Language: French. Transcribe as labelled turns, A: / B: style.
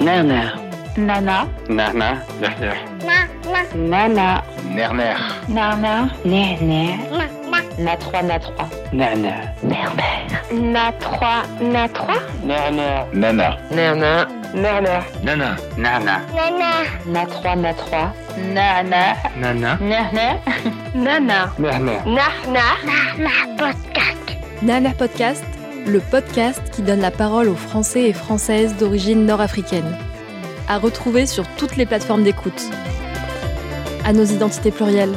A: Nana.
B: Nana.
C: Nana, derrière.
A: Nana.
C: Nerner.
B: Nana.
A: Néné. Na 3, na 3.
C: Nana.
B: Na 3. Na 3.
C: Nana. Nana.
A: Nana. Nana.
C: Nana. Nana.
A: Na 3, na 3. Nana.
C: Nana.
A: Nana. Nana.
C: Nerner.
B: Nana.
D: Nana Podcast, le podcast qui donne la parole aux Français et Françaises d'origine nord-africaine. À retrouver sur toutes les plateformes d'écoute. À nos identités plurielles.